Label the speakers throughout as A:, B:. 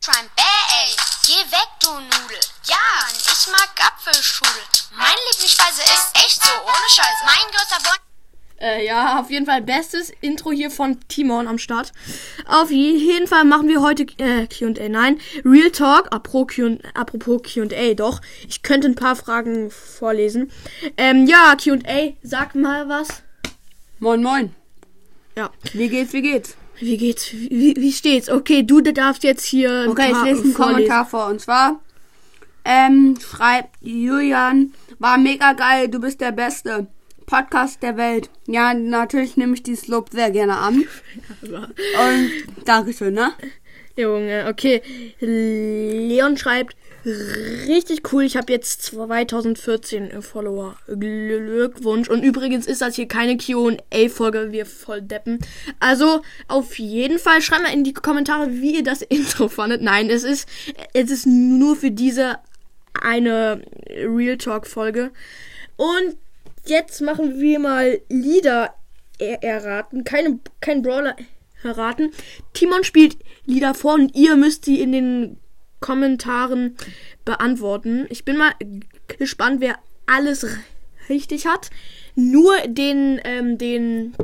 A: Prime. Bäh, geh weg, du Nudel. Ja, Mann, ich mag Apfelstrudel. Meine Lieblingsspeise ist echt so, ohne Scheiße. Mein größter Wunsch.
B: Äh, ja, auf jeden Fall bestes Intro hier von Timon am Start. Auf jeden Fall machen wir heute äh, Q&A. Nein, Real Talk. Apro Q- Apropos Q&A, doch. Ich könnte ein paar Fragen vorlesen. Ähm, ja, Q&A, sag mal was.
C: Moin, moin.
B: Ja.
C: Wie geht's, wie geht's?
B: Wie geht's? Wie, wie steht's? Okay, du darfst jetzt hier ein
C: Okay, ich
B: paar
C: lese einen
B: vorlesen.
C: Kommentar vor. Und zwar ähm, schreibt Julian, war mega geil, du bist der beste Podcast der Welt. Ja, natürlich nehme ich dieses Lob sehr gerne an. Und Dankeschön, ne?
B: Junge, okay. Leon schreibt, richtig cool, ich habe jetzt 2014 Follower. Glückwunsch. Und übrigens ist das hier keine QA-Folge, wir voll deppen. Also, auf jeden Fall schreibt mal in die Kommentare, wie ihr das Intro fandet. Nein, es ist, es ist nur für diese eine Real Talk-Folge. Und jetzt machen wir mal Lieder er erraten. Keine, kein Brawler erraten. Timon spielt Lieder vor und ihr müsst die in den Kommentaren beantworten. Ich bin mal g- gespannt, wer alles r- richtig hat. Nur den, ähm, den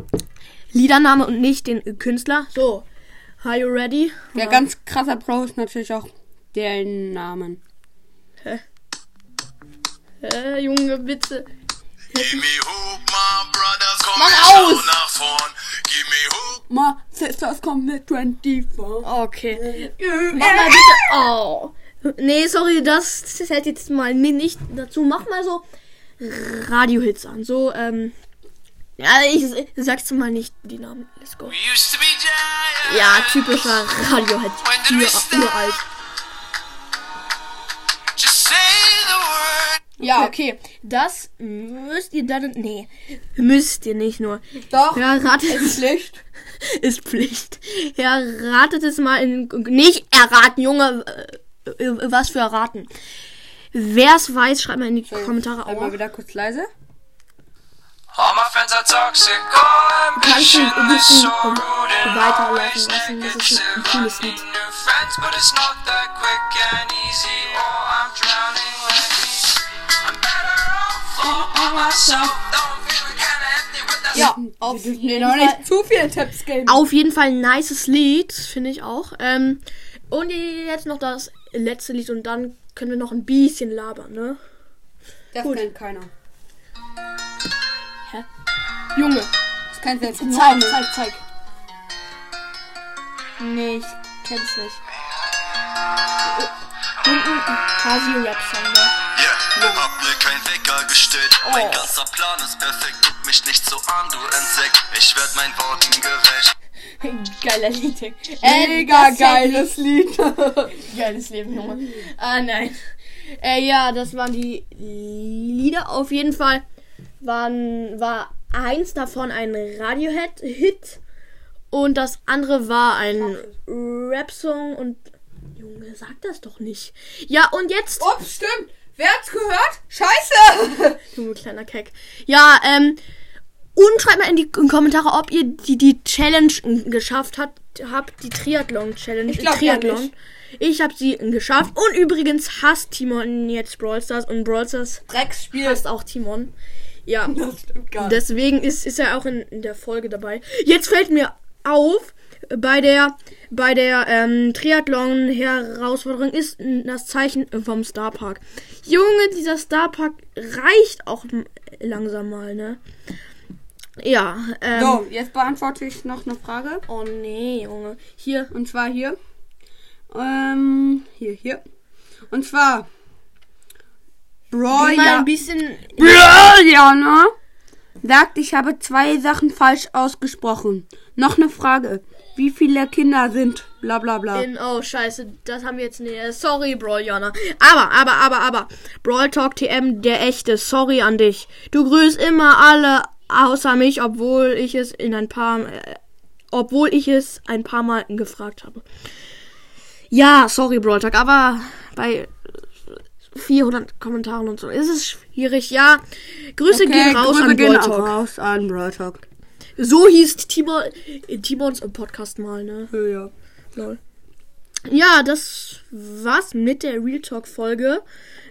B: Liedername und nicht den Künstler. So, are you ready?
C: Der ganz krasser Pro ist natürlich auch den Namen.
B: Äh, Junge, bitte.
D: Give me hoop, my brothers, komm
C: Mach
D: ich schau
C: aus!
D: nach vorn. Give me hoop.
C: Ma, Sisters kommen mit 24.
B: Okay. Äh, Mach mal bitte. Oh. Nee, sorry, das, das hält jetzt mal ni- nicht dazu. Mach mal so Radiohits an. So, ähm. Ja, ich sag's mal nicht die Namen. Let's go.
D: We used to be giants.
B: Ja, typischer Radiohead.
D: When did we
B: Ur, uralt.
D: start? Just say the word.
B: Ja, Ah, okay. Das müsst ihr dann. Nee. Müsst ihr nicht nur.
C: Doch,
B: Ja, ratet
C: ist Pflicht.
B: ist Pflicht. Ja, ratet es mal in. Nicht erraten, Junge. äh, äh, Was für erraten. Wer es weiß, schreibt mal in die Kommentare.
C: Bleib
B: Aua.
C: mal wieder kurz leise.
D: All my friends are toxic, all
B: kannst
D: ambition
B: ihn-
D: is
B: ihn-
D: so
B: ihn
D: rude and
B: weiterlaufen
D: always
B: lassen, das ist ein
D: negative.
B: cooles
D: I need
B: Lied.
D: new friends, but it's not that quick and easy. Oh, I'm drowning lately. I'm better off all by myself. Don't feel kinda empty without
C: Ja, auf jeden Fall. nicht zu viele Tipps geben.
B: Auf jeden Fall ein nices Lied, finde ich auch. Ähm, und jetzt noch das letzte Lied und dann können wir noch ein bisschen labern, ne?
C: Das
B: Gut.
C: kennt keiner.
B: Junge.
C: Das kennt jetzt
B: Zeig,
C: keiner.
B: zeig, zeig. Nee, ich kenn's nicht. Oh, Und ein Quasi-Rap-Song, ne?
D: Yeah, hab mir kein Wecker gestellt. Mein ganzer Plan ist perfekt. Guck mich nicht so an, du Insekt. Ich werd meinen Worten gerecht.
B: Geiler Lied. ey. Äh, das
C: Mega
B: hätte ich-
C: geiles Lied.
B: Geiles Leben, Junge. Ah, nein. Äh, ja, das waren die Lieder. Auf jeden Fall waren, war eins davon ein Radiohead-Hit und das andere war ein Rap-Song und. Junge, sag das doch nicht. Ja, und jetzt.
C: Ups, stimmt. Wer hat's gehört? Scheiße!
B: Junge, kleiner Keck. Ja, ähm. Und schreibt mal in die Kommentare, ob ihr die, die Challenge geschafft hat, habt, die Triathlon-Challenge.
C: Ich glaub ja
B: Triathlon.
C: nicht.
B: Ich habe sie geschafft. Und übrigens hasst Timon jetzt Brawl Stars und Brawl Stars
C: Drecksspiel.
B: hasst auch Timon. Ja.
C: Das stimmt gar nicht.
B: Deswegen ist, ist er auch in, in der Folge dabei. Jetzt fällt mir auf, bei der, bei der ähm, Triathlon-Herausforderung ist n- das Zeichen vom Starpark. Junge, dieser Starpark reicht auch m- langsam mal, ne? Ja, ähm.
C: So, jetzt beantworte ich noch eine Frage.
B: Oh nee, Junge. Hier.
C: Und zwar hier. Ähm, hier, hier. Und zwar.
B: Geh mal
C: Broja.
B: ein bisschen.
C: Broja, ne? Sagt, ich habe zwei Sachen falsch ausgesprochen. Noch eine Frage. Wie viele Kinder sind? Bla bla bla.
B: In, oh, scheiße, das haben wir jetzt nicht. äh, Sorry, Brawljana. Aber, aber, aber, aber. Brawl Talk TM, der echte. Sorry an dich. Du grüßt immer alle außer mich, obwohl ich es in ein paar. Äh, obwohl ich es ein paar Mal gefragt habe. Ja, sorry, Brawl Talk, aber bei 400 Kommentaren und so ist es schwierig. Ja, Grüße gehen raus
C: Grüße
B: an
C: gehen
B: Brawl
C: auch
B: Talk.
C: raus an Brawl Talk.
B: So hieß Timon, Timons Podcast mal, ne?
C: Ja.
B: Lol. Ja, das war's mit der Real Talk Folge.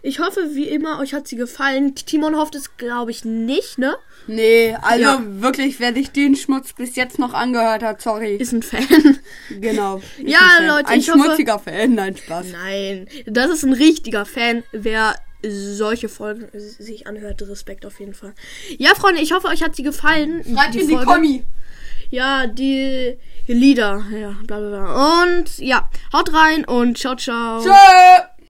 B: Ich hoffe, wie immer, euch hat sie gefallen. Timon hofft es, glaube ich, nicht, ne?
C: Nee, also
B: Ja.
C: wirklich, wer sich den Schmutz bis jetzt noch angehört hat, sorry.
B: Ist ein Fan.
C: Genau. Ist
B: Ja,
C: ein Fan.
B: Leute,
C: ein
B: ich hoffe-
C: schmutziger Fan, nein, Spaß.
B: Nein, das ist ein richtiger Fan, wer solche Folgen sich anhört. Respekt auf jeden Fall. Ja, Freunde, ich hoffe, euch hat sie gefallen.
C: Schreibt in die
B: Folge.
C: Kommi.
B: Ja, die Lieder. Ja, bla bla bla. Und ja, haut rein und ciao, ciao.
C: Tschö.